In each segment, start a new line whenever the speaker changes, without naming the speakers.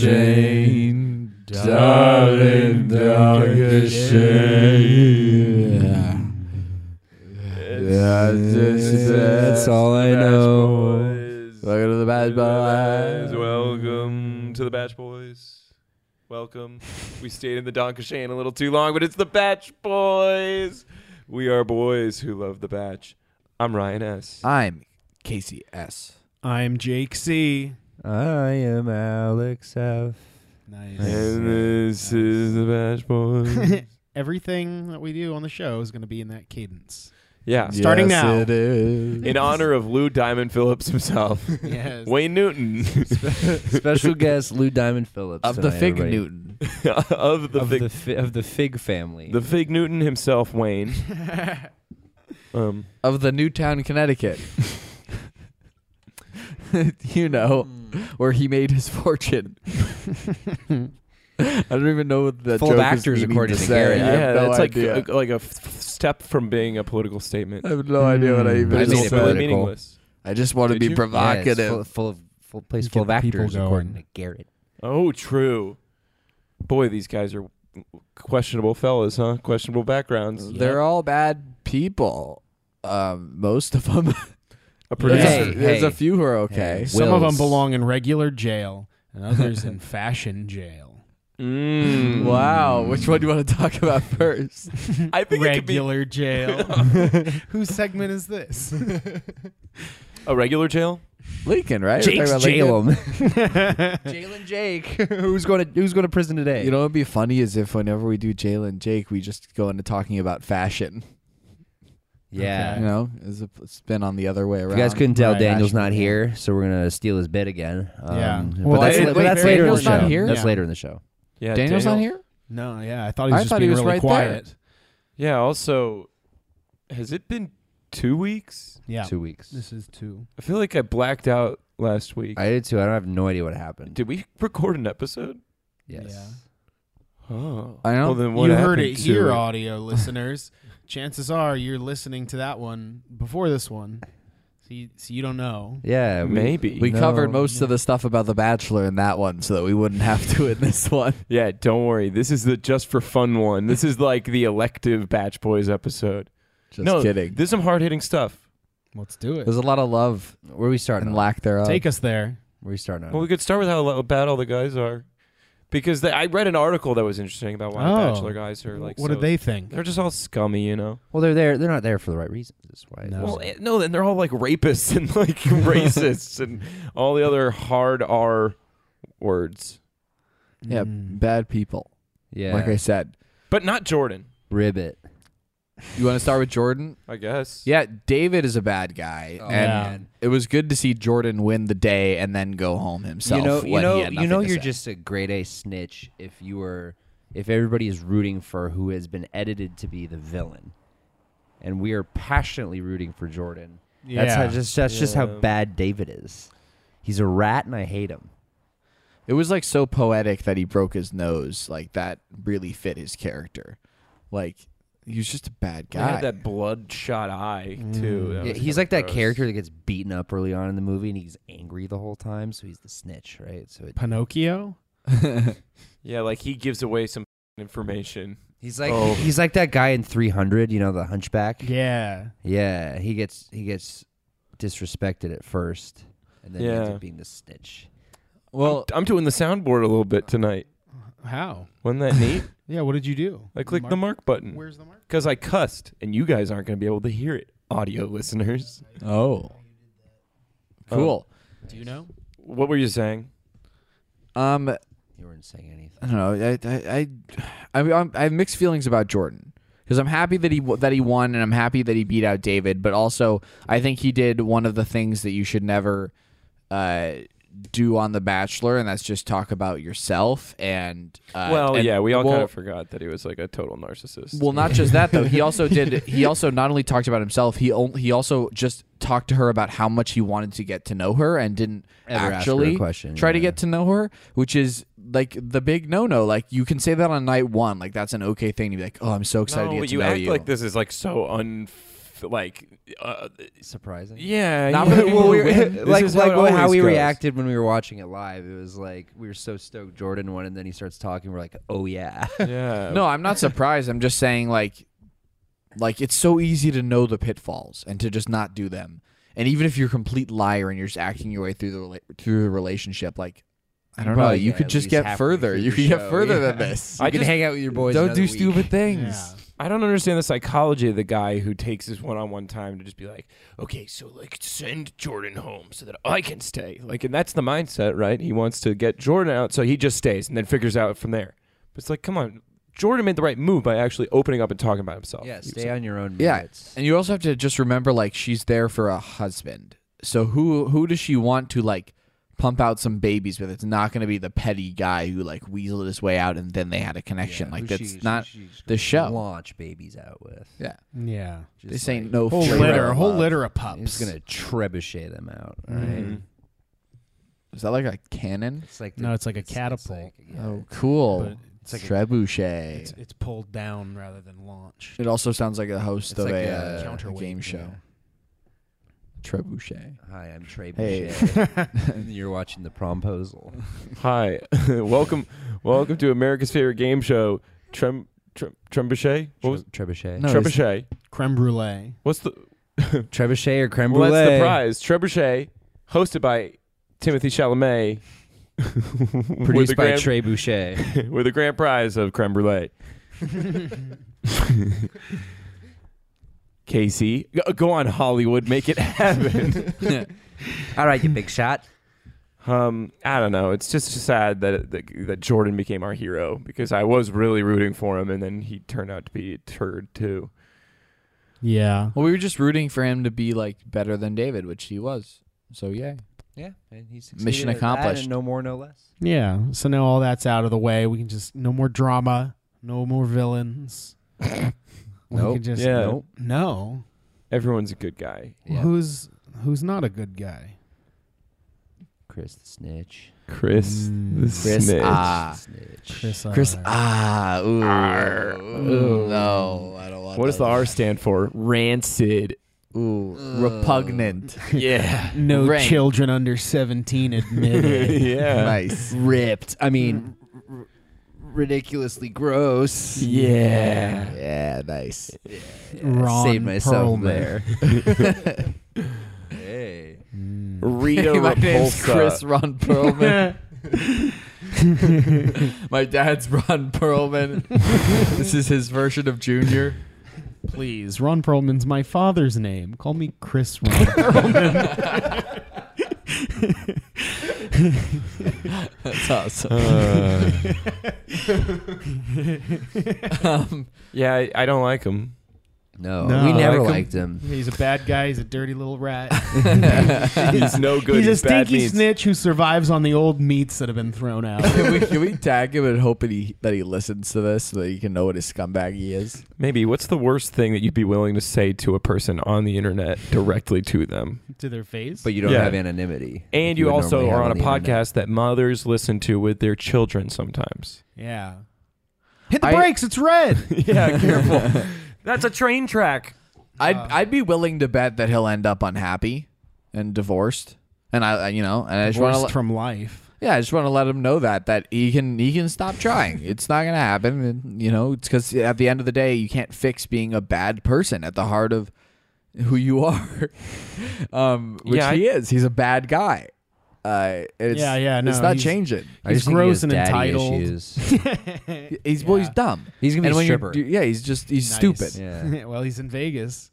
Dankeschön, darling, Dankeschön. Yeah. Yeah, that's, that's all I know. Welcome to the Bad Boys.
Welcome to the Batch Boys. Welcome. We stayed in the Donkashane a little too long, but it's the Batch Boys. We are boys who love the Batch. I'm Ryan S.
I'm Casey S.
I'm Jake C.
I am Alex F.
Nice.
and this is the Batch Boys.
Everything that we do on the show is going to be in that cadence.
yeah.
Starting
yes,
now.
It is.
In honor of Lou Diamond Phillips himself,
Yes.
Wayne Newton
Special guest Lou Diamond Phillips
of the
tonight,
Fig
everybody.
Newton.
of the
of
fig,
the fi- of the Fig family.
the fig Newton himself, Wayne. Um,
Of the Newtown, Connecticut. you know,
Hmm.
where he made his fortune. I don't even know what that
Full of
joke
actors,
is meaning
according
to
to
say.
Gary.
I have no
that's like
idea.
a, like a f- f- step from being a political statement.
I have no idea what Hmm. I
Mm.
even
I
It's
made mean, it
said.
totally
political.
meaningless.
I just want to
Did
be
you?
Yeah, it's
provocative.
full, full of full place
Get
full of
the people
actors
going.
according to Garrett.
Oh, true. Boy, these guys are questionable fellas, huh? Questionable backgrounds.
They're all bad people. Um, most of them.
A
there's,
producer.
a,
Hey,
there's a
hey.
few who are okay.
Hey.
Some of them
Wills.
belong in regular jail, and others in fashion jail.
Mm.
Wow, which one do you want to talk about first?
I think it could be
Regular jail. Whose segment is this?
a regular jail.
Lincoln, right? We're talking
Jake's
about Lincoln?
Jalen. Jalen Jake. who's going to who's going to prison today?
You know, what'd be funny is if whenever we do Jalen Jake, we just go into talking about fashion.
yeah.
You know, it's, a, it's been on the other way around.
If you guys couldn't tell,
Right.
Daniel's not here, so we're gonna steal his bit again. Um,
Yeah.
but
Well,
that's,
it-
but
wait,
that's later
Daniel's
in the
not
show.
here?
That's
Yeah.
later in the show.
Yeah,
Daniel's
Daniel-
not here.
no, yeah, I thought he was
I
just
thought he
being
was
really
right there.
quiet.
Yeah. Also, has it been two weeks?
Yeah,
Two weeks.
this is two.
I feel like I blacked out last week.
I did too. I don't have no idea what happened.
Did we record an episode?
yes.
Yeah.
Oh,
I don't-
Well, then what
you heard
happened
it
to
here, audio listeners. Chances are you're listening to that one before this one, so you, so you don't know.
Yeah. we-
Maybe.
We
No.
covered most of the stuff about The Bachelor in that one, so that we wouldn't have to in this one.
Yeah, don't worry. This is the just for fun one. This is like the elective Batch Boys episode.
Just
no,
kidding.
There's some hard hitting stuff.
Let's do it.
There's a lot of love
Where are we starting?
and
on?
lack thereof.
Take us there.
Where are we starting? on?
Well, we could start with how lo- bad all the guys are, because they, I read an article that was interesting about why
Oh.
bachelor guys are like.
what
so-
did they think?
They're just all scummy, you know.
Well, they're there. They're not there for the right reasons. That's why. it
No.
was-
Well, eh, no, then they're all like rapists and like racists and all the other hard R words,
yeah,
Mm.
bad people.
yeah.
Like I said,
but not Jordan,
Ribbit.
you want to start with Jordan?
I guess.
Yeah, David is a bad
Oh,
guy,
Oh,
and
yeah.
it was good to see Jordan win the day and then go home himself.
you know, you
when he
know,
had
you know,
nothing to
you're
say.
just a grade A snitch if you were, if everybody is rooting for who has been edited to be the villain, and we are passionately rooting for Jordan. That's how just that's just how
Yeah.
bad David is. He's a rat, and I hate him.
It was like so poetic that he broke his nose. Like that really fit his character. Like he was just a bad
They
guy.
had that bloodshot eye too. That
Mm. Yeah,
was
he's
kinda
like that
gross.
character that gets beaten up early on in the movie, and he's angry the whole time, so he's the snitch, right? So it,
Pinocchio.
Yeah, like he gives away some information.
he's like
Oh.
he's like that guy in 300, you know, the hunchback.
Yeah.
Yeah, he gets he gets disrespected at first, and then he ends
Yeah.
up being the snitch.
well,
I'm doing the soundboard a little bit tonight.
How?
Wasn't that neat?
Yeah. What did you do?
I clicked the mark button.
Where's the mark?
because I cussed, and you guys aren't going to be able to hear it, audio listeners.
oh, cool.
Do you know?
What were you saying?
Um,
You weren't saying anything.
I don't know. I I I, I, mean, I'm- I have mixed feelings about Jordan because I'm happy that he w- that he won and I'm happy that he beat out David, but also I think he did one of the things that you should never uh, do on The Bachelor, and that's just talk about yourself. And uh,
well,
and-
yeah, we all kind
well,
of forgot that he was like a total narcissist.
Well, not just that though. He also did. He also not only talked about himself. He on, he also just talked to her about how much he wanted to get to know her and didn't
Ever ask her a
actually
question,
try to
yeah.
get to know her, which is like the big no no. Like you can say that on night one. Like that's an okay thing to be like, oh, I'm so excited
no,
to
but
get to
you
know
act
you.
like this is like so unfair like uh,
Surprising.
yeah.
Not
you-
really
well, we
win.
were,
This
like
is
like
it
how, how
always
we
goes.
reacted when we were watching it live. It was like we were so stoked Jordan won, and then he starts talking. We're like, oh yeah. Oh.
Yeah.
No, I'm not surprised. I'm just saying like like it's so easy to know the pitfalls and to just not do them. And even if you're a complete liar and you're just acting your way through the rela- through the relationship, like I
You
don't know,
probably
you
get
could
at
just
least
get
halfway
further.
through
You
the
could get
show,
further
yeah.
than this.
You
I
can
just-
hang out with your boys.
Don't
another
do
week.
stupid things.
Yeah.
I don't understand the psychology of the guy who takes his one-on-one time to just be like, "Okay, so like send Jordan home so that I can stay." Like, and that's the mindset, right? He wants to get Jordan out, so he just stays and then figures out from there. But it's like, come on, Jordan made the right move by actually opening up and talking about himself.
Yeah,
He was
stay
like,
on your own.
Yeah.
Merits.
And you also have to just remember like she's there for a husband. So who who does she want to like pump out some babies with? It's not going to be the petty guy who like weaseled his way out and then they had a connection.
Yeah,
like
who
that's
she- she-
not
she just
the show.
Launch babies out with.
Yeah.
Yeah.
Just
This ain't
like,
no
Whole
Sure.
litter, a whole
Love.
litter of
He's
pups.
gonna trebuchet them out. all right?
Mhm.
Is that like a cannon?
It's like
No, it's like a
like-
catapult.
yeah.
Oh, cool.
But it's like a-
Trebuchet.
It's, it's pulled down rather than launched.
it also sounds like a host
It's
of
like
a,
a
uh,
counterweight,
game
yeah.
show. Trebuchet.
Hi, I'm Trey
Hey.
Bouchet. You're watching the promposal.
Hi, welcome, welcome to America's favorite game show, Trem, Trem Trebuchet. What was
Tre- Trebuchet.
No, it's-
Trebuchet?
Creme brulee.
What's the
Trebuchet or creme
Well,
brulee?
that's the prize. Trebuchet, hosted by Timothy Chalamet, with,
Produced
the
by
grand,
Trey Boucher.
with the grand prize of creme brulee. Casey, go- go on Hollywood, make it happen.
All right, you big shot.
um, I don't know. It's just sad that, that that Jordan became our hero because I was really rooting for him, and then he turned out to be a turd too.
Yeah.
Well, we were just rooting for him to be like better than David, which he was. So yeah.
Yeah, and he's
Mission accomplished.
no more, no less.
Yeah. So now all that's out of the way. We can just no more drama, no more villains. we
Nope.
can just
Yeah.
Nope.
no.
Everyone's a good guy.
Yeah.
Who's who's not a good guy?
Chris the snitch.
Chris,
Mm.
the
Chris,
snitch.
ah.
Snitch.
Chris. uh,
Chris,
R.
ah, ooh,
Arr.
Ooh, no, I don't want.
What does the
that.
R stand for? Rancid.
Ooh, repugnant.
Yeah.
no
Rank.
children under seventeen admitted.
yeah.
nice.
ripped. I mean, r- ridiculously gross.
Yeah.
Yeah, nice.
Ron
Saved myself
Perlman.
there. hey.
Rita
My name's
Repulsa.
Chris Ron Perlman. My dad's Ron Perlman. this is his version of Junior.
Please, Ron Perlman's my father's name. Call me Chris Ron Perlman.
That's awesome. Um,
yeah, I, I don't like him.
No,
No.
we never
Like
liked him.
he's a bad guy. He's a dirty little rat.
He's no good.
he's a
bad
stinky
meats.
snitch who survives on the old meats that have been thrown out.
can, we, can we tag him and hope that he, that he listens to this so that you can know what a scumbag he is?
Maybe what's the worst thing that you'd be willing to say to a person on the internet directly to them?
to their face.
But you don't
Yeah.
have anonymity.
And
Like
you,
would
also
normally
are
have
on a
the internet.
podcast that mothers listen to with their children sometimes.
yeah. Hit the
I-
brakes, it's red.
yeah, careful. That's a train track.
I'd, I'd be willing to bet that he'll end up unhappy and divorced. And I, I- you know, and I just want to
Divorced from life.
Yeah, I just want to let him know that that he can he can stop trying. It's not gonna happen, and you know, it's because at the end of the day, you can't fix being a bad person at the heart of who you are. um, which
Yeah, I-
he is. He's a bad guy. Uh, it's,
Yeah, yeah, no,
it's not
he's-
changing.
I
He's
just think he
gross
has
and
daddy
entitled.
Issues.
He's well, he's
eh, Yeah.
dumb.
He's gonna be
and
a
when you're-
stripper.
yeah, he's just he's
Nice.
stupid.
yeah.
well, he's in Vegas.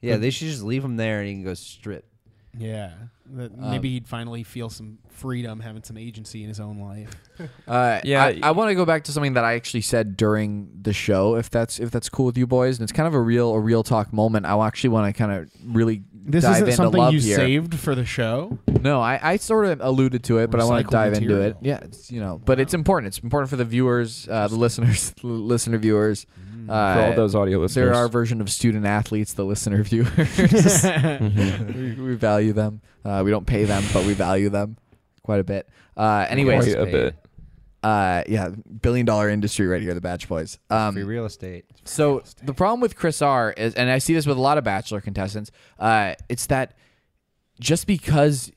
yeah, they should just leave him there and he can go strip.
Yeah. That maybe he'd finally feel some freedom having some agency in his own life.
Uh,
Yeah.
I, I want to go back to something that I actually said during the show, if that's if that's cool with you boys, and it's kind of a real a real talk moment. I actually want to kind of really
This
dive
isn't
into
something
love
you
here.
saved for the show.
No, I, I sort of alluded to it, but I want
Recycled
to dive into
material.
it. Yeah, it's, you know, but it's important. It's important for the viewers, uh, the listeners, l- listener viewers.
Mm.
Uh,
For all those audio listeners.
they're our version of student athletes, the listener viewers.
Mm-hmm.
we, we value them. Uh, we don't pay them, but we value them quite a bit. Uh, anyways,
Quite a bit.
Uh, yeah, billion dollar industry right here, the Batch Boys. Um,
Free real estate.
so the problem with Chris R is, and I see this with a lot of Bachelor contestants, uh, it's that just because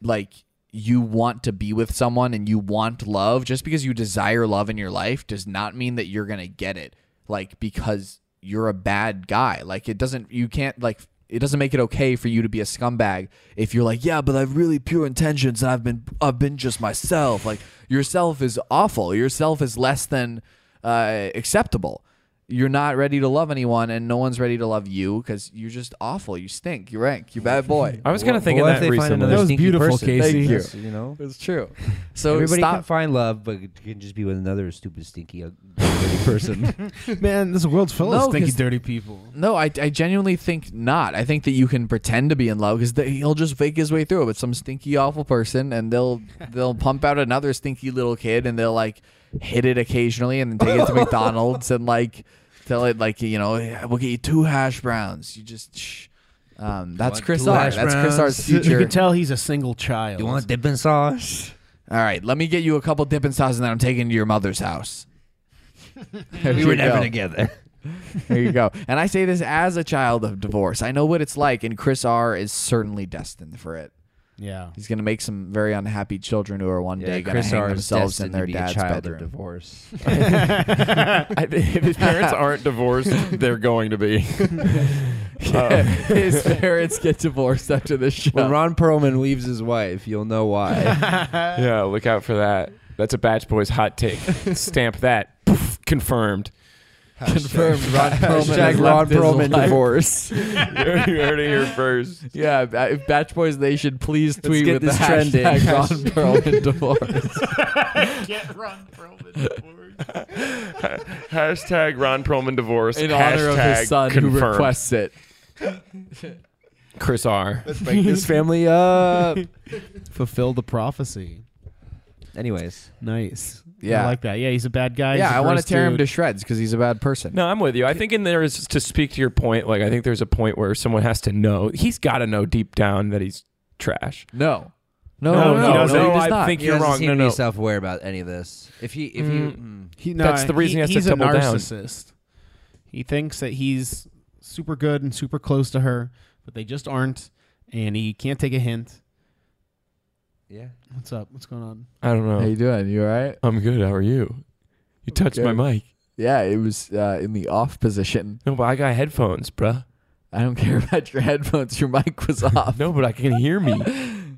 like you want to be with someone and you want love, just because you desire love in your life, does not mean that you're gonna get it. Like because you're a bad guy. Like it doesn't. You can't like. It doesn't make it okay for you to be a scumbag if you're like, yeah, but I've really pure intentions and I've been, I've been just myself. Like yourself is awful. Yourself is less than uh, acceptable you're not ready to love anyone and no one's ready to love you because you're just awful. You stink. You rank. You bad boy.
I was kind of thinking
Well, if
that
they find
recently.
another
That was
stinky
beautiful,
person,
Casey.
Thank you.
that's, You know,
It's true. So
everybody can
stop.
find love, but it can just be with another stupid, stinky, ug- dirty person.
Man, this world's full
No,
of stinky,
'cause-
dirty people.
No, I, I genuinely think not. I think that you can pretend to be in love because he'll just fake his way through it with some stinky, awful person, and they'll they'll pump out another stinky little kid, and they'll like hit it occasionally, and then take it to McDonald's and like tell it like you know "Yeah, we'll get you two hash browns. You just shh. Um, that's
want
Chris
two
R.
hash
That's Chris
browns?
R's
You
future.
can tell he's a single child.
you want dipping sauce?
All right, let me get you a couple dipping sauces, and then I'm taking you to your mother's house. There
We
you
were never
go.
together.
There you go. And I say this as a child of divorce. I know what it's like, and Chris R is certainly destined for it.
yeah.
He's going to make some very unhappy children who are one
Yeah,
day going to
Chris
hang
R is
themselves
destined
in
to
their
be a
dad's
child of
bedroom.
divorce.
I- if his
Parents aren't divorced; they're going to be.
Yeah, his parents get divorced after this show.
When uh, Ron Perlman leaves his wife, you'll know why.
Yeah, look out for that. That's a Batch Boys hot take. Stamp that. Poof, confirmed.
Confirmed. Ron Perlman. has
Hashtag Ron
left his
Perlman
life.
divorce.
you heard it here first.
Yeah, ba- if Batch Boys Nation, please tweet
get
with
this
the
trending.
hashtag Ron Perlman divorce.
Get Ron Perlman.
Hashtag Ron Perlman divorce.
in honor of
Hashtag
his son who
confirmed.
requests it.
Chris R.
Break this family up.
Fulfill the prophecy.
Anyways,
Nice.
Yeah.
I like that. Yeah, he's a bad guy.
yeah,
he's a
I want to
gross
tear him
dude.
to shreds because he's a bad person.
No, I'm with you. I think in there is to speak to your point. Like I think there's a point where someone has to know. He's got to know deep down that he's trash.
No, no,
No,
no, no.
he
no,
doesn't.
he
No,
does
I
not.
think
he
you're
doesn't
wrong.
seem
No,
to be
no.
self-aware about any of this. If he, if you,
Mm.
mm.
He, no,
That's the reason he has to
he's
double
a
down.
narcissist. He thinks that he's super good and super close to her, but they just aren't, and he can't take a hint.
yeah,
What's up? What's going on?
I don't know.
How you doing? You all right?
I'm good. How are you? You touched
Good.
my mic.
Yeah, it was uh, in the off position.
No, but I got headphones, bruh.
I don't care about your headphones. Your mic was off.
No, but I can hear me,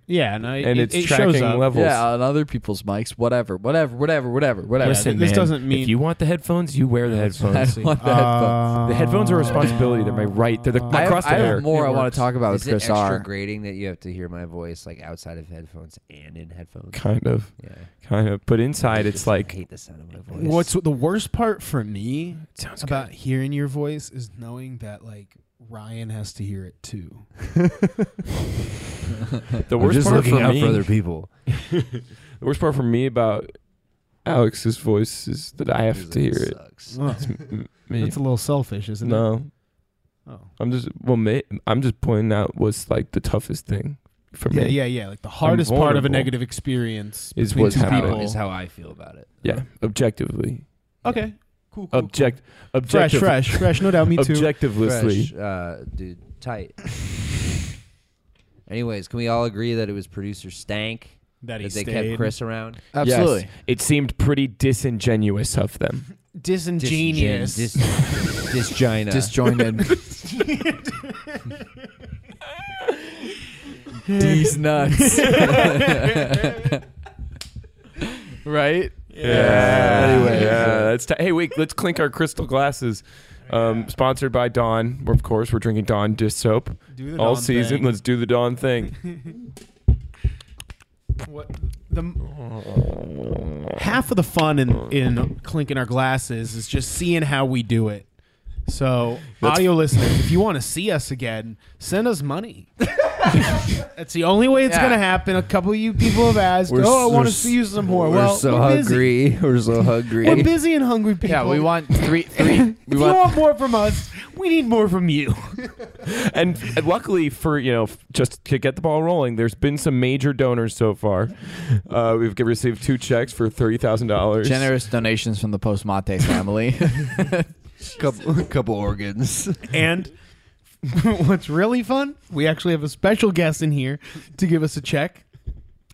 Yeah, no, it,
and it's
it- it
tracking
shows up.
levels.
yeah, on other people's mics. Whatever, whatever, whatever, whatever, whatever.
Yeah,
Listen,
this
man,
doesn't mean-
if you want the headphones, you wear the
I
headphones.
don't want the headphones.
The headphones are a responsibility. They're my right. They're the,
I
my
have,
cross
I have
hair.
more
Uh, It
I want
works.
to talk about
is
with
it
Oh, Chris
extra
R.
grading that you have to hear my voice like outside of headphones and in headphones?
Kind of,
Yeah,
kind of. But inside,
I
it's
just
like
hate the sound of my voice.
What's the worst part for me
sounds
about hearing your voice is knowing that like Ryan has to hear it too.
the worst
just
part
looking
for
out
me.
for other people.
The worst part for me about Alex's voice is that I have to hear it.
Sucks.
Oh,
Me.
that's a little selfish, isn't it?
No,
Oh.
I'm just well, ma- I'm just pointing out what's like the toughest thing for
Yeah,
me.
yeah, yeah. Like the hardest part of a
vulnerable.
negative experience
Is
between
what's
two
happening.
people.
Is how I feel about it.
yeah, objectively,
okay, cool. cool,
object,
cool. fresh,
objective,
fresh, fresh. No doubt, me too.
objectively.
Fresh, uh, dude, tight. Anyways, can we all agree that it was producer Stank
that
that
he
they
stayed.
kept Chris around?
Absolutely.
Yes, it seemed pretty disingenuous of them.
disingenuous.
Dis, dis, disgina.
Disjointed. These nuts. right?
Yeah.
Anyway.
yeah. That's ti- hey, wait. Let's clink our crystal glasses. Um, sponsored by Dawn. We're, of course, we're drinking Dawn dish soap
Do the
all
Dawn
season.
thing.
Let's do the Dawn thing.
What, the, half of the fun in in clinking our glasses is just seeing how we do it. So,
That's-
audio listeners, if you want to see us again, send us money. That's the only way it's
Yeah.
gonna happen. A couple of you people have asked,
We're
"Oh,
s-
I want
we're
to
s-
see you some more."
We're
well,
so
we're busy.
hungry. We're so hungry.
We're busy and hungry people.
Yeah, we want three. Three.
If
We
you
want.
want more from us, we need more from you.
and, and luckily for you know f- just to get the ball rolling there's been some major donors so far uh, we've g- received two checks for $30000
Generous donations from the Post Mate family.
couple, couple organs.
And what's really fun, we actually have a special guest in here to give us a check.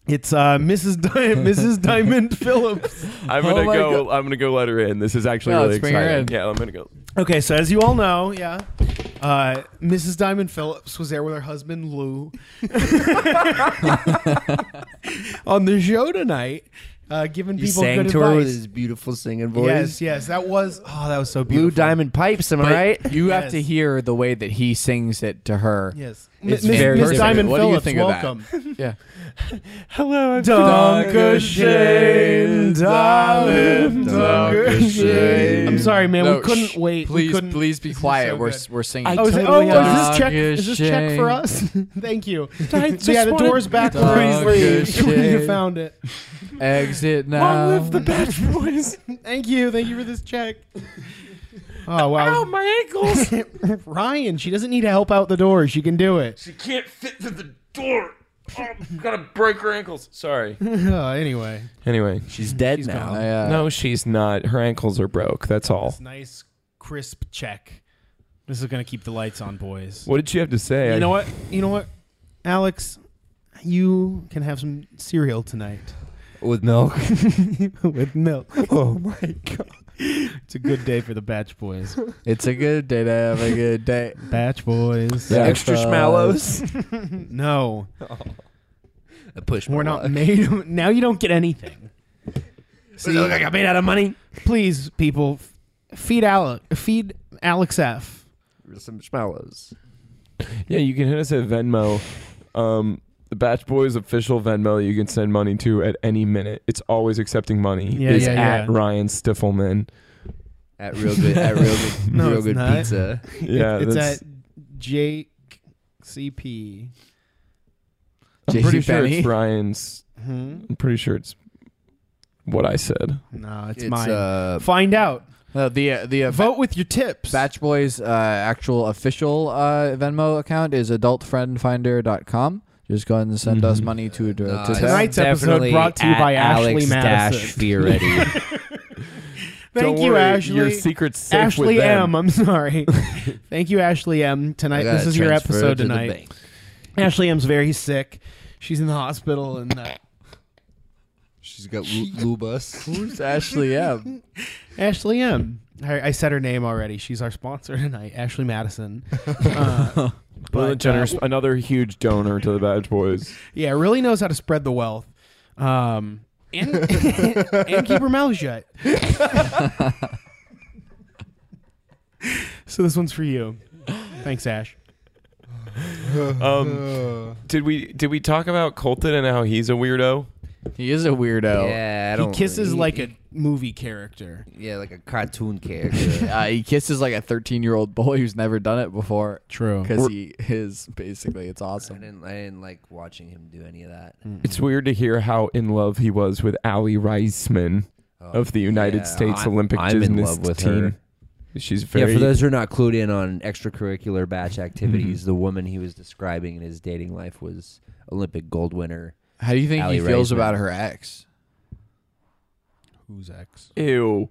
It's uh, Mrs. Di- Mrs. Diamond Phillips.
i'm
Oh
gonna
my
go i'm gonna go let her in this is actually
No,
really
let's bring her
exciting
in.
yeah i'm gonna go
Okay, so as you all know, yeah, uh, Mrs. Diamond Phillips was there with her husband Lou on the show tonight, uh, giving
He
people
sang
good
to her with
advice.
his beautiful singing voice.
Yes, yes, that was oh, that was so beautiful.
Blue diamond pipes. Am I
But
right?
You have
Yes.
to hear the way that he sings it to her.
Yes,
It's
Miss Miss
very different.
Diamond
What do you
Phillips,
think of that?
welcome.
Yeah.
hello i'm
Dankeschön,
darling,
Dankeschön.
I'm sorry, man.
No,
we couldn't
shh.
wait.
Please,
we couldn't.
please be
This is
quiet.
so
we're
good.
s- we're singing.
I
Oh, is, it-
Totally
oh, is this check?
Dankeschön.
Is this check for us? Thank you.
I just
yeah, the
wanted-
door's backwards.
Dankeschön.
you found it.
Exit now.
Batch Boys. Thank you. Thank you for this check. Oh wow,
Ow, my ankles
Ryan. She doesn't need to help out the door. She can do it.
she can't fit through the door oh, i'm gonna break her ankles sorry
Uh, anyway,
anyway
She's dead now.
I, uh,
no she's not her ankles are broke that's all
nice crisp check. This is gonna keep the lights on, boys.
what did she have to say
You know what? You know what, Alex. You can have some cereal tonight
With milk.
with milk.
Oh my god.
It's a good day for the Batch Boys.
It's a good day to have a good day.
Batch Boys.
Yeah.
Extra
Uh,
schmallows.
No,
I push.
we're not made. Now you don't get anything.
See, look, I got made out of money.
Please, people, f- feed Alex. Feed Alex F.
Some schmallows.
Yeah, you can hit us at Venmo. Um, the Batch Boys official Venmo you can send money to at any minute. It's always accepting money.
Yeah,
is
yeah,
at
yeah.
Ryan Stiffelman.
At real good. At real good.
No,
real
it's
good
not.
pizza.
Yeah,
it's
that's-
at JCP.
I'm pretty sure
JCPenney.
it's Ryan's.
Hmm?
I'm pretty sure it's what I said.
No, it's,
It's,
mine.
uh,
Find out.
No, the uh, the uh,
Vote with your tips.
Batch Boys' uh, actual official uh, Venmo account is adultfriendfinder.com. Just go ahead and send us
Mhm.
money to, to,
Nah,
to
it's
that.
Tonight's episode
definitely
brought to you
at
by Ashley
Alex
Madison.
Dash Fioretti.
Thank
Don't
you,
worry,
Ashley.
Your secret's safe with
Ashley
them.
M. I'm sorry. Thank you, Ashley M. Tonight,
I gotta
this is your
transfer
episode
to the
tonight.
bank.
Ashley M's very sick. She's in the hospital, and uh,
She's got lu- lubus.
Who's Ashley M?
Ashley M. I, I said her name already. She's our sponsor tonight, Ashley Madison. Uh,
Ellen
but, uh,
Jenner's another huge donor to the Batch Boys.
yeah, really knows how to spread the wealth. Um, and, and keep her mouth shut. so this one's for you. Thanks, Ash.
Um, did we did we talk about Colton and how he's a weirdo?
He is a weirdo.
Yeah, I
He
don't.
kisses
he-
like a movie character.
yeah, like a cartoon character.
Uh, he kisses like a 13 year old boy who's never done it before
True.
because he is basically. It's
I
awesome.
didn't. I didn't like watching him do any of that.
It's weird to hear how in love he was with Ali Reisman.
Oh,
of the United
yeah,
States
I'm-
Olympic
I'm in
gymnast
love with
team.
her.
She's very Mm-hmm.
yeah, for those who are not clued in on extracurricular batch activities, the woman he was describing in his dating life was Olympic gold winner.
How do you think he
Ally
feels
Reisman.
about her ex?
Who's ex?
ew.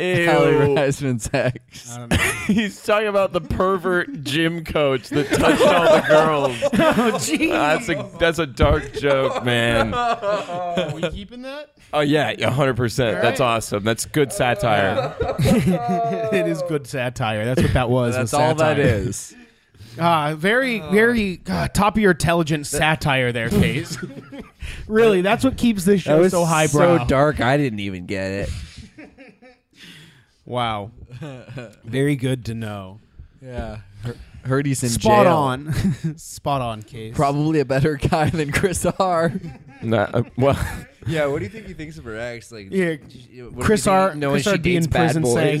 Allie
Ew.
Reisman's ex.
I don't know.
He's talking about the pervert gym coach that touched all the girls.
oh, gee.
That's a that's a dark joke, man.
Are we keeping that?
Oh yeah, hundred percent. That's
All
awesome. That's good satire.
it is good satire. That's what that was.
That's
was
all that
satire.
is.
Ah, very, very ah, top of your intelligence satire there, Case. really, that's what keeps this show so highbrow.
so dark. I didn't even get it.
Wow. very good to know.
Yeah. Her- Heard he's in
Spot
jail.
on. Spot on, Case.
Probably a better guy than Chris R.
Nah, uh, well,
Yeah, what do you think he thinks of her ex? Like,
Yeah, Chris R. Chris R. D in prison saying,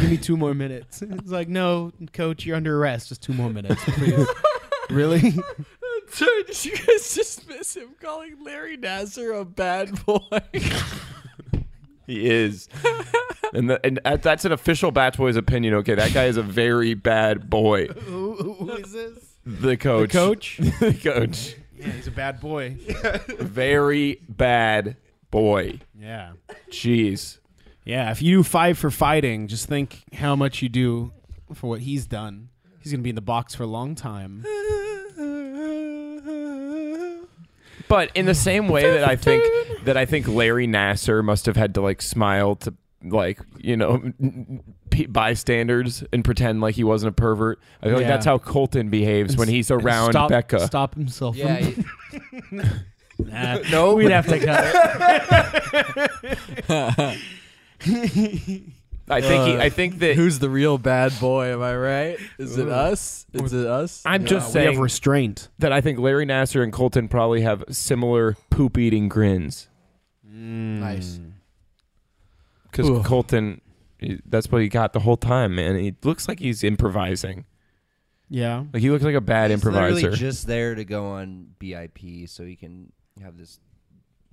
give me two more minutes." It's like, no, coach, you're under arrest. Just two more minutes, please. really?
Sorry, did you guys just miss him calling Larry Nasser a bad boy?
He is. and the, and that- that's an official Batch Boys opinion. Okay, that guy is a very bad boy.
Who, who is this?
The coach.
Coach?
The coach.
Yeah, he's a bad boy.
Very bad boy.
Yeah.
Jeez.
Yeah, if you do five for fighting, just think how much you do for what he's done. He's going to be in the box for a long time.
But in the same way that I think that I think Larry Nasser must have had to like smile to like you know p- bystanders and pretend like he wasn't a pervert. I feel like
Yeah.
that's how Colton behaves when he's around
stop,
Becca.
Stop himself.
Yeah,
From,
you-
Nah.
no,
We'd have to cut it.
I think
Uh,
he, I think that
Who's the real bad boy? Am I right? Is it us? Is it us?
I'm
Uh,
just
we have
saying
restraint.
that I think Larry Nasser and Colton probably have similar poop eating grins
nice.
because
Ooh.
Colton, he- that's what he got the whole time, man. He looks like he's improvising.
Yeah.
Like he looks like a bad
he's literally
improviser.
just there to go on BIP so he can have this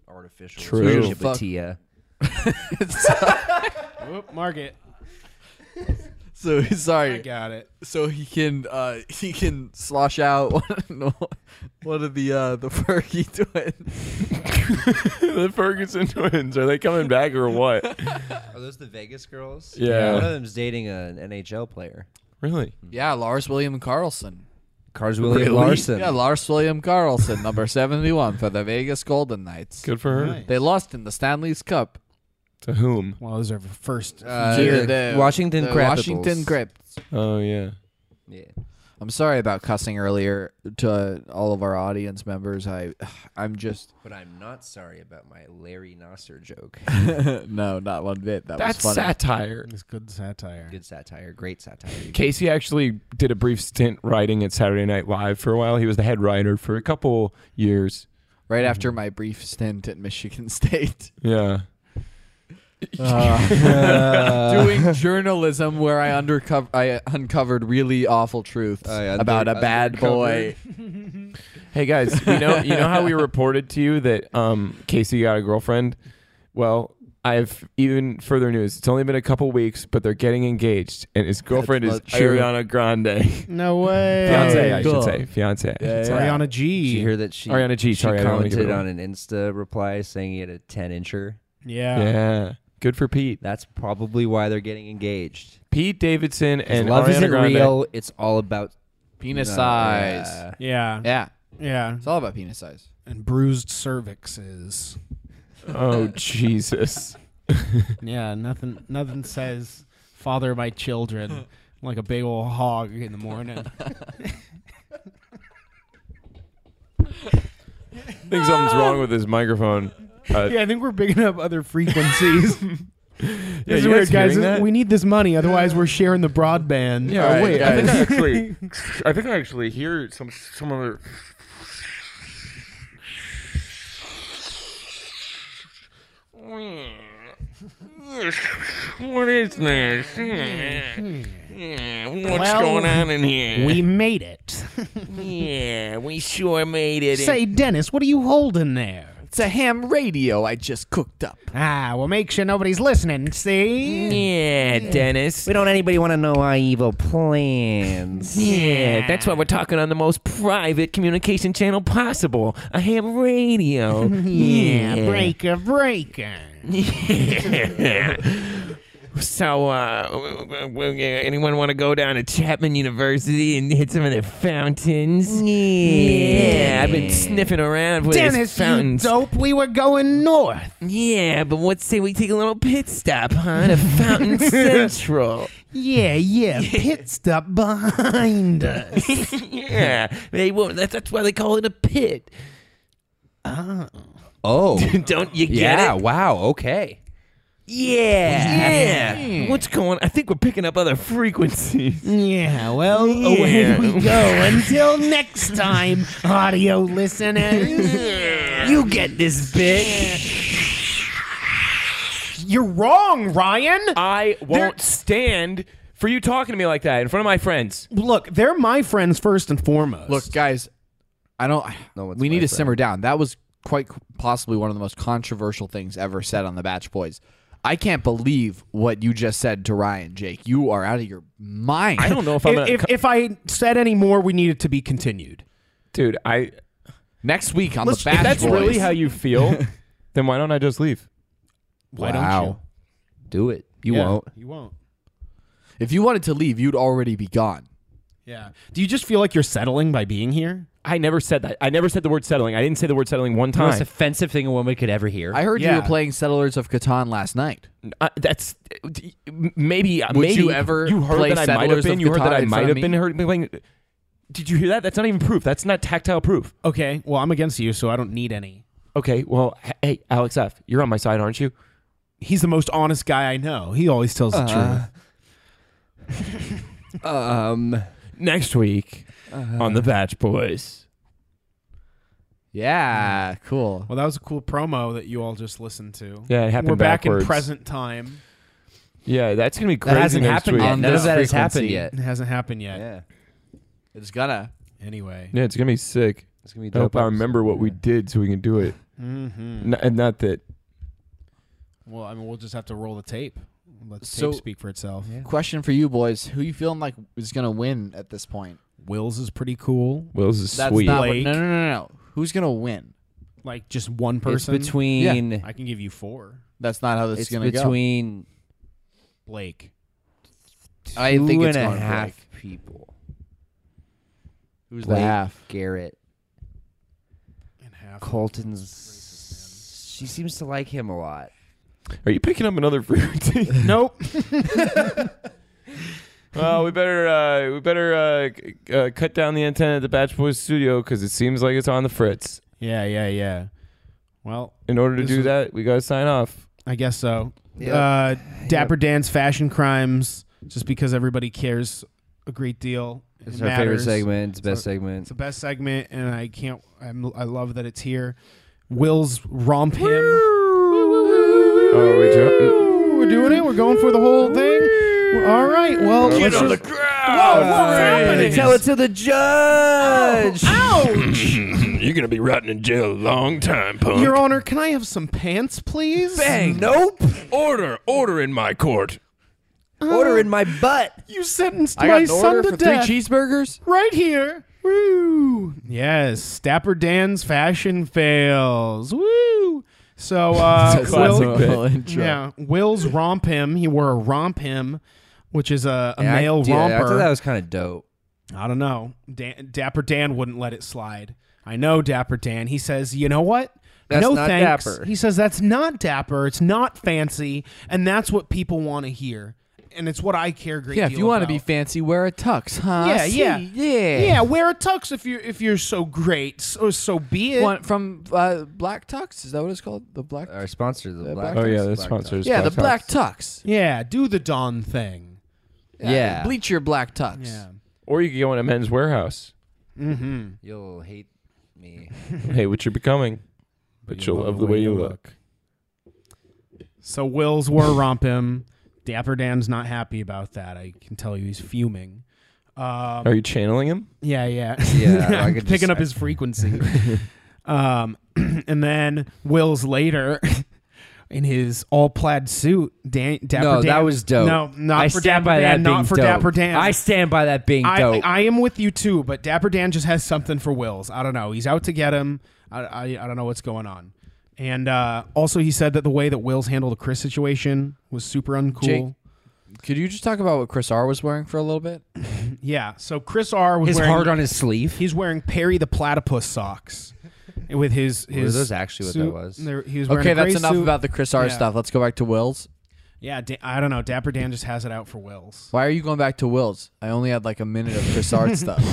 artificial
True.
relationship
Fuck.
with Tia.
Whoop, mark it.
So sorry.
I got it.
so he can uh he can slosh out one, one of the uh the Fergie twins.
the Ferguson twins are they coming back or what?
Are those the Vegas girls?
Yeah.
One of them's dating an NHL player.
Really?
Yeah, Lars William Carlson.
Cars William
Really?
Larson.
Yeah, Lars William Carlson, number seventy one for the Vegas Golden Knights.
Good for her.
Nice.
They lost in the Stanley's Cup.
To whom?
Well, those are first.
Uh,
Here, Washington
the
Capitals.
Washington Crypts.
Oh yeah.
Yeah.
I'm sorry about cussing earlier to uh, all of our audience members. I, I'm just
But I'm not sorry about my Larry Nasser joke.
no, not one bit. That
That's
was funny.
satire.
It's good satire.
Good satire. Great satire.
Casey actually did a brief stint writing at Saturday Night Live for a while. He was the head writer for a couple years.
Right after my brief stint at Michigan State,
Yeah.
doing journalism where I undercover, I uncovered really awful truths
I under-
about a bad boy.
Hey guys, you know you know how we reported to you that um, Casey got a girlfriend. Well, I have even further news. It's only been a couple weeks, but they're getting engaged, and his girlfriend is
not true.
Ariana Grande,
No way.
fiance. I
cool.
should say fiance.
Yeah,
It's
yeah.
Ariana G.
Did you hear that she,
Ariana G,
she
sorry, I don't wanna give it
commented on
away.
an Insta reply saying he had a 10 incher?
yeah.
yeah. Good for Pete.
That's probably why they're getting engaged.
Pete Davidson
His
and
love
Ariana
isn't
Grande.
real. It's all about
Penis
No,
size.
yeah.
Yeah.
Yeah,
Yeah.
it's all about penis size.
And bruised cervixes.
Oh Jesus.
Yeah, nothing nothing says father of my children like a big old hog in the morning.
I think something's wrong with his microphone. Uh,
yeah, I think we're picking up other frequencies.
yeah,
this is
you
weird,
guys
guys.
hearing that?
We need this money, otherwise we're sharing the broadband. Oh,
Yeah,
All right,
wait. I
guys.
think I actually, I think I actually hear some some other.
What is this? Yeah. Yeah, What's
Well,
going on in here?
We made it.
yeah, we sure made it.
Say, Dennis, what are you holding there?
It's a ham radio I just cooked up.
Ah, well, make sure nobody's listening. See?
yeah, Dennis.
We don't anybody want to know our evil plans.
Yeah, that's why we're talking on the most private communication channel possible. I have radio. yeah,
breaker, breaker.
So, uh, w- w- w- yeah, anyone want to go down to Chapman University and hit some of the fountains? Yeah, I've been sniffing around with
Dennis, you
fountains.
dope. We were going north.
Yeah, but what say we take a little pit stop, huh? To Fountain Central.
Yeah, yeah. Pit stop behind us.
yeah, they won't. That's, that's why they call it a pit.
Oh.
Don't you get
yeah.
it?
Wow. Okay.
Yeah. Yeah. What's going? I think we're picking up other frequencies.
Yeah, well, away we go. Until next time, audio listeners. you get this bitch. You're wrong, Ryan.
I won't stand for you talking to me like that in front of my friends.
Look, they're my friends first and foremost.
Look, guys, I don't.
No one's
we
my
need to
friend.
simmer down. That was quite c- possibly one of the most controversial things ever said on the Batch Boys. I can't believe what you just said to Ryan, Jake. You are out of your mind.
I don't know if I'm
If,
gonna,
if, if I said any more, we needed to be continued.
dude. I
Next week on
Let's-
the Batch
if that's
Boys.
really how you feel, then why don't I just leave?
Why
Wow.
don't you?
Do it. You won't.
You won't.
If you wanted to leave, you'd already be gone.
Yeah.
Do you just feel like you're settling by being here?
I never said that. I never said the word settling. I didn't say the word settling one
The most
time.
offensive thing a woman could ever hear.
I heard you
Yeah.
were playing Settlers of Catan last night.
I- Uh, that's maybe.
Would
maybe
you ever
You heard
play
that I might have
Settlers of
been. You heard that
Catan
I
in
might
front
have
of
been
me?
heard. Playing. Did you hear that? That's not even proof. That's not tactile proof.
Okay. Well, I'm against you, so I don't need any.
Okay. Well, h- hey, Alex F, you're on my side, aren't you?
He's the most honest guy I know. He always tells the
Uh.
truth.
um,
Next week
Uh-huh.
on the Batch Boys.
Yeah, cool.
Well, that was a cool promo that you all just listened to.
Yeah, it happened
We're back
backwards.
in present time.
Yeah, that's gonna be crazy.
that hasn't
next
happened
week.
yet.
On
None
this
of that has
frequency.
happened yet.
It hasn't happened yet.
Yeah,
It's gonna.
Anyway.
Yeah, it's gonna be sick.
it's gonna be. a
I
Dope
hope I
episode.
remember what we
Yeah.
did so we can do it.
Mm-hmm.
N- and not that.
Well, I mean, we'll just have to roll the tape. Let the
So-
tape speak for itself.
Question for you boys: Who you feeling like is gonna win at this point?
Wills is pretty cool.
Will's is
That's
sweet.
not. What,
Blake.
no, no, no, no. Who's gonna win?
Like just one
It's
person.
between.
I can give you four.
That's not how this
It's
is gonna
between
Blake.
go. I think
two
it's
and a
going
half
Blake.
people.
Who's
Blake,
the half?
Garrett
And half.
Colton's. She seems to like him a lot.
Are you picking up another fruit?
Nope.
well, we better uh, we better uh, c- uh, cut down the antenna at the Batch Boys studio because it seems like it's on the fritz.
yeah, yeah, yeah. Well,
In order to
This
do
is-
that, we gotta sign off.
I guess so.
Yep.
Uh, Dapper Dan's fashion crimes, just because everybody cares a great deal. It
It's our favorite
matters.
segment. It's the best
So-
segment.
It's the best segment, and I can't. I'm, I love that it's here. Will's romp him.
Oh, are we doing?
We're doing it. We're going for the whole thing. All right. Well, let's just-
Oh,
crowd.
Tell it to the judge.
You're gonna be rotting in jail a long time, punk.
Your Honor, can I have some pants, please?
Nope.
order, order in my court.
Order in my butt.
You sentenced
I got
my
an
son
order
to
for
death
three cheeseburgers.
right here. Woo! Yes, Dapper Dan's fashion fails. Woo! So, uh,
That's
classic
Will,
bit.
intro.
yeah, Will's romp him. He wore a romp him, which is a, a male
yeah, I
romper.
thought that was kind of dope.
I don't know. Dan, Dapper Dan wouldn't let it slide. I know Dapper Dan. He says, you know what?
That's
no
not
thanks.
dapper.
He says that's not dapper. It's not fancy, and that's what people want to hear, and it's what I care a great.
Yeah,
deal
if you want to
about.
be fancy, wear a tux, huh?
Yeah,
See,
yeah.
yeah,
yeah, wear a tux if you're if you're so great. So so be it.
One- from uh, Black Tux. Is that what it's called? The Black.
Our sponsor, the
Uh,
black.
Oh yeah,
Tux,
the
Black
sponsors.
yeah, the
Blackhawks.
Black Tux.
Yeah, do the Don thing.
Uh,
Yeah.
bleach your Black Tux.
Yeah.
Or you could go in a men's warehouse.
Mm-hmm.
Tux. You'll hate me.
hey, what you're becoming, but you'll love the way you look.
So Will's war romp him. Dapper Dan's not happy about that. I can tell you, he's fuming. Um,
Are you channeling him?
Yeah, yeah,
Yeah, I
I'm
could
picking
just-
up his frequency. um, and then Will's later in his all plaid suit. Dan, Dapper
no,
Dan.
that was dope.
No, not
I
for
stand
Dapper
by
Dan.
that being
Not for
dope.
Dapper Dan.
I stand by that being
I,
dope.
I am with you too, but Dapper Dan just has something for Wills. I don't know. He's out to get him. I, I, I don't know what's going on. And uh, also, he said that the way that Wills handled the Chris situation was super uncool.
Jake- Could you just talk about what Chris R was wearing for a little bit?
Yeah. So Chris R was
his
wearing
heart on his sleeve.
he's wearing Perry the Platypus socks with his his.
those actually what that
suit.
was?
There- he was wearing
Okay,
a gray
that's enough
suit.
about the Chris R
Yeah.
stuff. Let's go back to Will's.
Yeah, da- I don't know. Dapper Dan just has it out for Wills.
Why are you going back to Will's? I only had like a minute of Chris R stuff,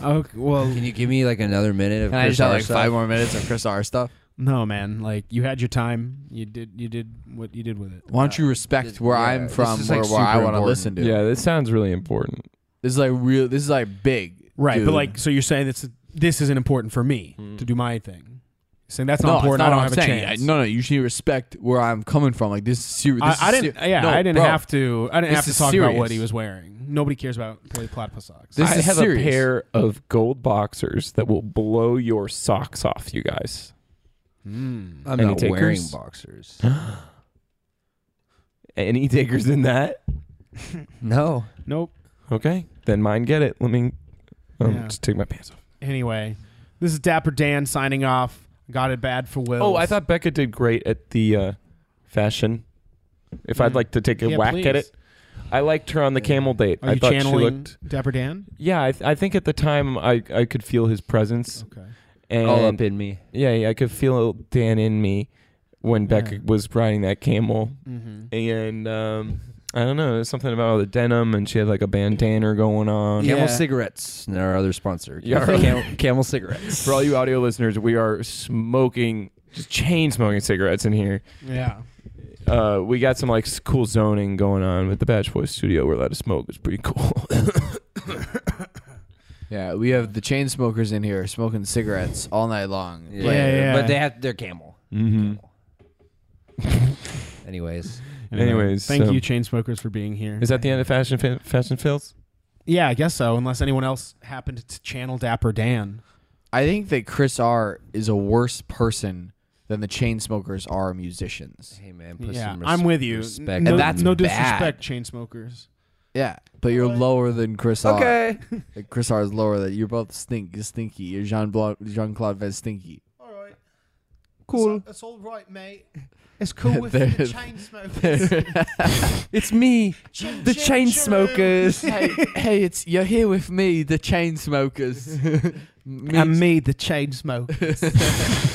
Okay, well,
Can you give me like another minute of
and I
Chris
just had
R
like
stuff?
five more minutes of Chris R stuff.
no, man. Like you had your time. You did you did what you did with it.
Why don't you respect
This-
where
yeah,
I'm
this
from,
is,
or
like,
where
super
I want to
important.
listen to?
Yeah, this sounds really important.
this is like real. This is like big,
Right,
dude.
Hmm.
but like, so you're saying this this isn't important for me to do my thing. saying that's
No,
not important.
that's
I
not
don't
what
have
I'm saying.
a chance.
I- no, no, you should respect where I'm coming from. Like this is serious.
I, I didn't. Yeah, I didn't
bro,
have to. I didn't
This
have to
is
talk about what
serious.
he was wearing. Nobody cares about play platypus socks.
This
I
is
have
serious.
a pair of gold boxers that will blow your socks off, you guys.
I'm
Any
not wearing
takers?
boxers.
Any takers in that?
no.
nope.
Okay, then mine get it. Let me um,
Yeah.
just take my pants off.
Anyway, this is Dapper Dan signing off. Got it bad for Will.
Oh, I thought Becca did great at the uh, fashion. If I'd like to take a
Yeah,
whack at
please.
it, I liked her on the camel date.
Are
I
you
thought
channeling
she looked.
Dapper Dan?
Yeah, I, th- I think at the time I, I could feel his presence.
Okay.
And
Oh, um,
All up in me.
yeah, yeah, I could feel Dan in me when Becca was riding that camel.
Mm-hmm.
and um, I don't know, there's something about all the denim, and she had like a bandana going on.
Yeah.
Camel cigarettes. and Our other sponsor.
Yeah,
Camel,
right.
Camel- Camel cigarettes.
For all you audio listeners, we are smoking, just chain smoking cigarettes in here.
Yeah.
Uh, we got some like s- cool zoning going on with the Batch Boys studio. We're allowed to smoke. It's pretty cool.
Yeah, we have the chain smokers in here smoking cigarettes all night long.
Yeah,
Like,
yeah.
But they have they're Camel.
mm-hmm.
Anyways,
Anyways,
thank
so-
you, chain smokers, for being here.
Is that the end of fashion fa- fashion fills?
yeah, I guess so. Unless anyone else happened to channel Dapper Dan.
I think that Chris R is a worse person than the chain smokers are musicians.
hey man, put
yeah,
some res-
I'm with you.
respect.
No,
And that's
no
bad.
disrespect, chain smokers.
Yeah, but you're lower than Chris R. Like, Chris R is lower than you're both stink. You're stinky. You're Jean Jean Claude Van Stinky.
All right. Cool. It's, all right, mate. It's cool with
There-
the chain smokers.
it's me, the chain smokers.
hey, hey, it's you're here with me, the chain smokers. me,
me, the chain smoker.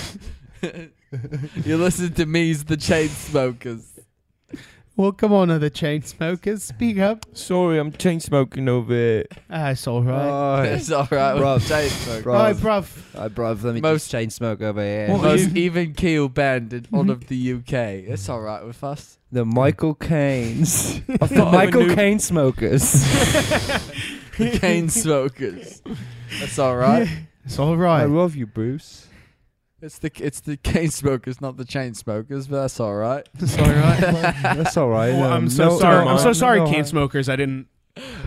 you listen to me's the chain smokers.
Well, come on, other chain smokers, speak up.
Sorry, I'm chain smoking over it.
Ah, it's all right.
It's all right,
Rob.
with the chain smokers.
Rob.
Hi, bruv.
Uh, bruv, let me
Most-
just chain smoke over here.
What?
Most even keel band in all of the UK. It's all right with us.
The Michael Caines. of
thought
the
of a
Michael
new-
Caine smokers.
The chain smokers. That's all right.
It's all right.
love you, Bruce.
It's the it's the cane smokers, not the chain smokers, but that's all right.
It's all right.
That's all right. Um,
Well, Oh, I'm so sorry. I'm so sorry, can smokers. I didn't.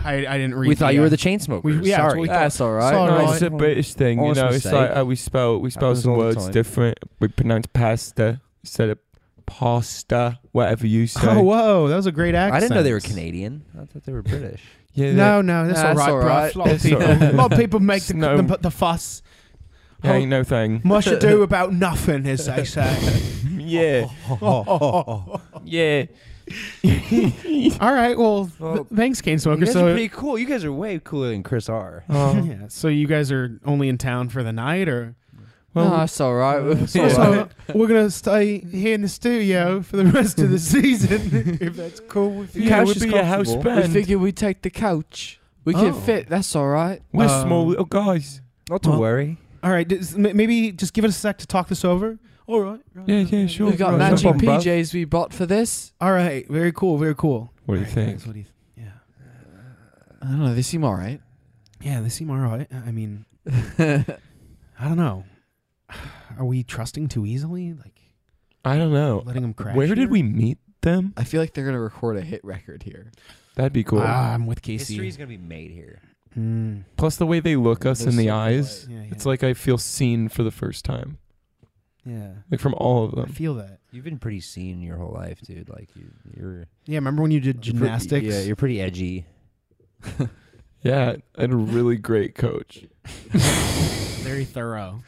I, I didn't read.
We thought you
uh,
were the chain smokers.
We- yeah,
sorry.
we-
That's all right.
Sorry.
No,
Alright.
it's a British thing, you
Honest
know. It's like
mistake.
how we spell we spell
Happens
some
all the
words
time.
different. We pronounce pasta instead of pasta, whatever you say.
Oh, whoa, that was a great accent.
I didn't know they were Canadian. I thought they were British.
yeah,
No, no, that's
Nah,
all
it's
right,
all
bruv.
right.
A lot of
It's
people,
all right.
a lot of people make the,
No.
the, the fuss.
yeah, ain't no thing.
Much ado about nothing, as they say.
Yeah, yeah.
All right, well, th-
Well,
thanks, cane smokers.
you guys are
So, Uh,
pretty cool. You guys are way cooler than Chris R.
Oh,
yeah, so you guys are only in town for the night, or
No, that's all right. with me.
so we're gonna stay here in the studio for the rest of the season, if that's cool with you.
Couch
We'll
is
be-
your house
we
band.
figured we'd take the couch. We can
Oh.
fit. That's all right.
We're
Um,
small little guys.
Not to
Well-
worry.
All right, does- m- maybe just give us a sec to talk this over. All right, right,
Yeah,
right,
yeah,
right.
sure.
We got
Right.
matching
No problem, bruv.
PJs we bought for this.
All right, very cool, very cool.
What do you
All right,
think?
thanks, What do you th- yeah.
I don't know. They seem all right.
Yeah, they seem all right. I mean, I don't know. Are we trusting too easily? Like
I don't know.
letting them crash?
Where did
here?
we meet them?
I feel like they're gonna record a hit record here.
That'd be cool.
Ah, I'm with Casey.
History's gonna be made here.
Mm.
Plus the way they look us in
There's
the
so much
eyes,
Yeah, yeah.
it's like I feel seen for the first time,
yeah.
like from all of
I
them.
feel that.
You've been pretty seen your whole life, dude. Like you, you're
Yeah, remember when you did
you're pretty-
gymnastics?
yeah, you're pretty edgy.
Yeah, and a really great coach.
very thorough,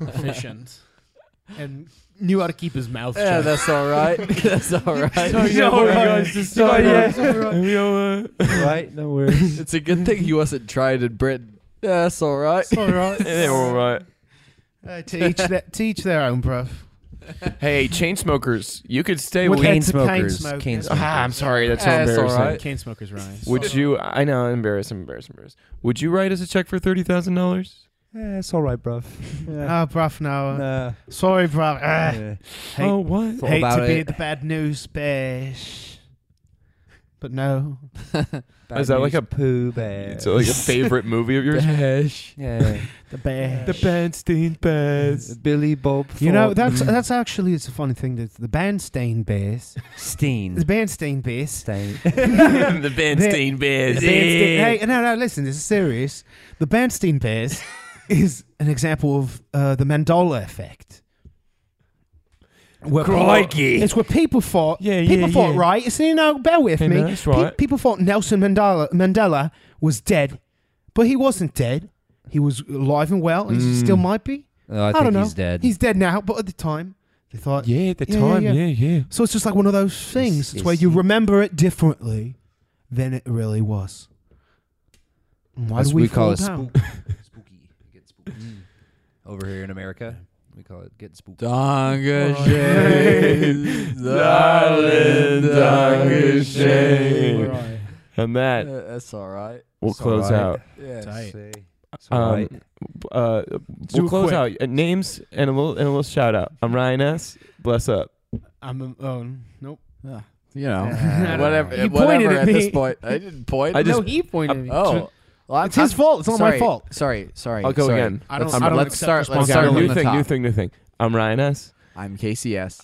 efficient, and knew how to keep his mouth shut.
Yeah, that's all right. that's all
Oh,
right.
yeah,
all
oh,
right.
guys, it's all
all
right.
right, it's all
We all, uh,
right? No worries.
It's a good thing he wasn't tried in Britain. Yeah, that's all right.
It's all right.
They're all right.
Uh, to each their, to each their own, bruv.
Hey, chain smokers, you could stay
With
with.
Cane
heads of cane
smokers.
smoke.
Cane
That's-
smokers.
Ah, I'm sorry, that's so
Yeah, it's all
embarrassing.
right.
Cane smokers rise.
Would you? I know, I'm embarrassed. I'm embarrassed. I'm embarrassed. Would you write us a check for thirty thousand dollars?
Yeah, it's all right, bruv. Yeah.
Ah, bruv, no.
Nah.
Sorry, bruv. Ah,
Yeah.
hate
Oh, what?
Thought
hate
about
to be
it.
the bad news, bitch. but no.
Is that like a
poo bad?
It's like a favorite movie of yours.
yeah.
The bear.
the Bernstein Bears.
Billy Bob.
You know, that's
mm.
that's actually it's a funny thing that the Bandstein Bears, the
Steen.
Bandstein Bears,
Stain.
the Bernstein Bears.
the Bandstein- hey, no, no, listen, this is serious. The Bandstein Bears is an example of uh, the Mandela effect. Where
Crikey.
It's where people thought,
Yeah, yeah,
people thought,
yeah.
right? It's, you know, bear with
Yeah,
me.
no, that's right.
people thought Nelson Mandela, Mandela was dead, but he wasn't dead. He was alive and well. and He still might be.
Oh, I,
I,
think
don't know.
he's dead.
He's dead now, but at the time, they thought.
Yeah, at the
Yeah, yeah,
time.
yeah.
Yeah, yeah.
So it's just like one of those things. It's,
it's-
where you remember it differently than it really was. And Why
That's
do
what
we,
we call
fall
it
down?
spooky. Get spooky. Over here in America, we call it get spooky.
Donga
Oh,
Darling Donga Shane.
Shane.
And that
That's all right.
will
It's
close
alright.
out.
Yeah.
Um,
right.
Uh,
do
we'll
it
close
quick.
out Uh, names and a little and a little shout out. I'm Ryan S. Bless up.
I'm um, nope.
You know,
Yeah.
whatever.
He pointed
whatever
at
at this
me.
point. I didn't point.
I just- No,
he pointed. at me.
Oh, well, I'm-
it's his
I'm-
fault. It's not my
sorry.
fault.
Sorry, sorry.
I'll go
sorry.
again.
I don't.
Let's-
I don't
let's
accept
start- let's
Okay,
start
responsibility.
with-
new
the
thing, new
top.
thing, new thing. I'm Ryan S.
I'm KCS.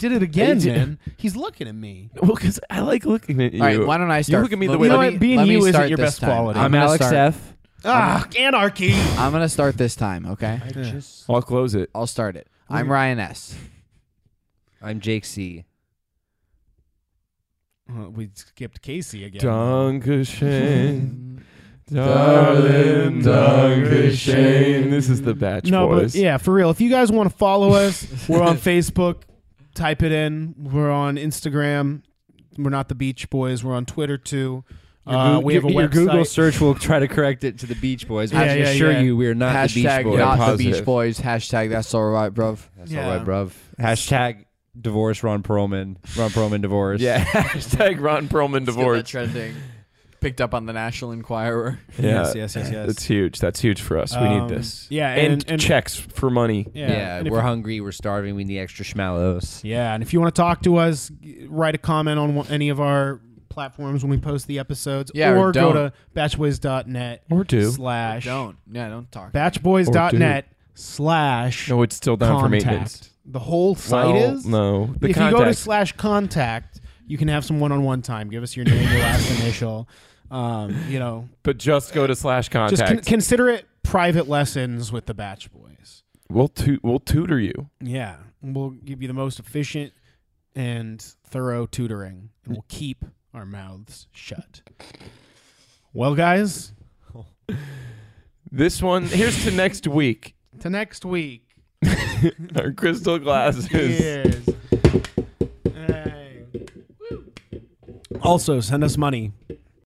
Did it again,
He did-
man. He's looking at me.
Well, because I like looking at you.
All right, why don't I start?
look at me the
let
way- You know
let
what? Being
let
you isn't
start
your
this
best
time.
quality.
I'm,
I'm
gonna
Alex
start,
F.
Ah, anarchy.
I'm gonna start this time. Okay,
I
Yeah.
just.
I'll close it.
I'll start it. I'm Ryan S.
I'm Jake C.
Uh, we skipped Casey again.
Dankeschön. Darling Dankeschön. This is the Batch
no,
Boys.
but yeah, for real. If you guys want to follow us, we're on Facebook. Type it in. We're on Instagram. We're not the Beach Boys. We're on Twitter too. Uh, we have a
your
website.
Google search will try to correct it to the Beach Boys.
Yeah,
I
yeah,
assure
yeah.
you, we are not the Beach
Hashtag
Boys.
not
Positive.
the Beach Boys. Hashtag that's all right, bruv.
That's
Yeah.
all right, bruv. Hashtag divorce Ron Perlman. Ron Perlman divorce.
Yeah. Hashtag Ron Perlman divorce.
trending. Picked up on the National Enquirer.
Yes, yes, yes, yes.
That's huge. That's huge for us. we
Um,
need this.
yeah,
and,
and- and-
checks for money.
Yeah.
and if
we're hungry. We're starving. We need extra schmallows.
Yeah, and if you want to talk to us, g- write a comment on one- any of our platforms when we post the episodes,
Yeah,
or
or
go
don't.
to batchboys.net
Or do.
slash
Don't. Yeah, don't talk.
batchboys.net slash
No, it's still down for maintenance.
contact. The whole site
Well,
is
No. The
if
contact.
you go to slash contact, you can have some one-on-one time. Give us your name, your last initial. Um, you know,
but just go to slash contact.
just con- consider it private lessons with the Batch Boys.
we'll, tu- we'll tutor you.
Yeah, we'll give you the most efficient and thorough tutoring, and we'll keep our mouths shut. Well, guys,
This one, here's to next week.
to next week.
Our crystal glasses.
Cheers. Hey. Also, send us money.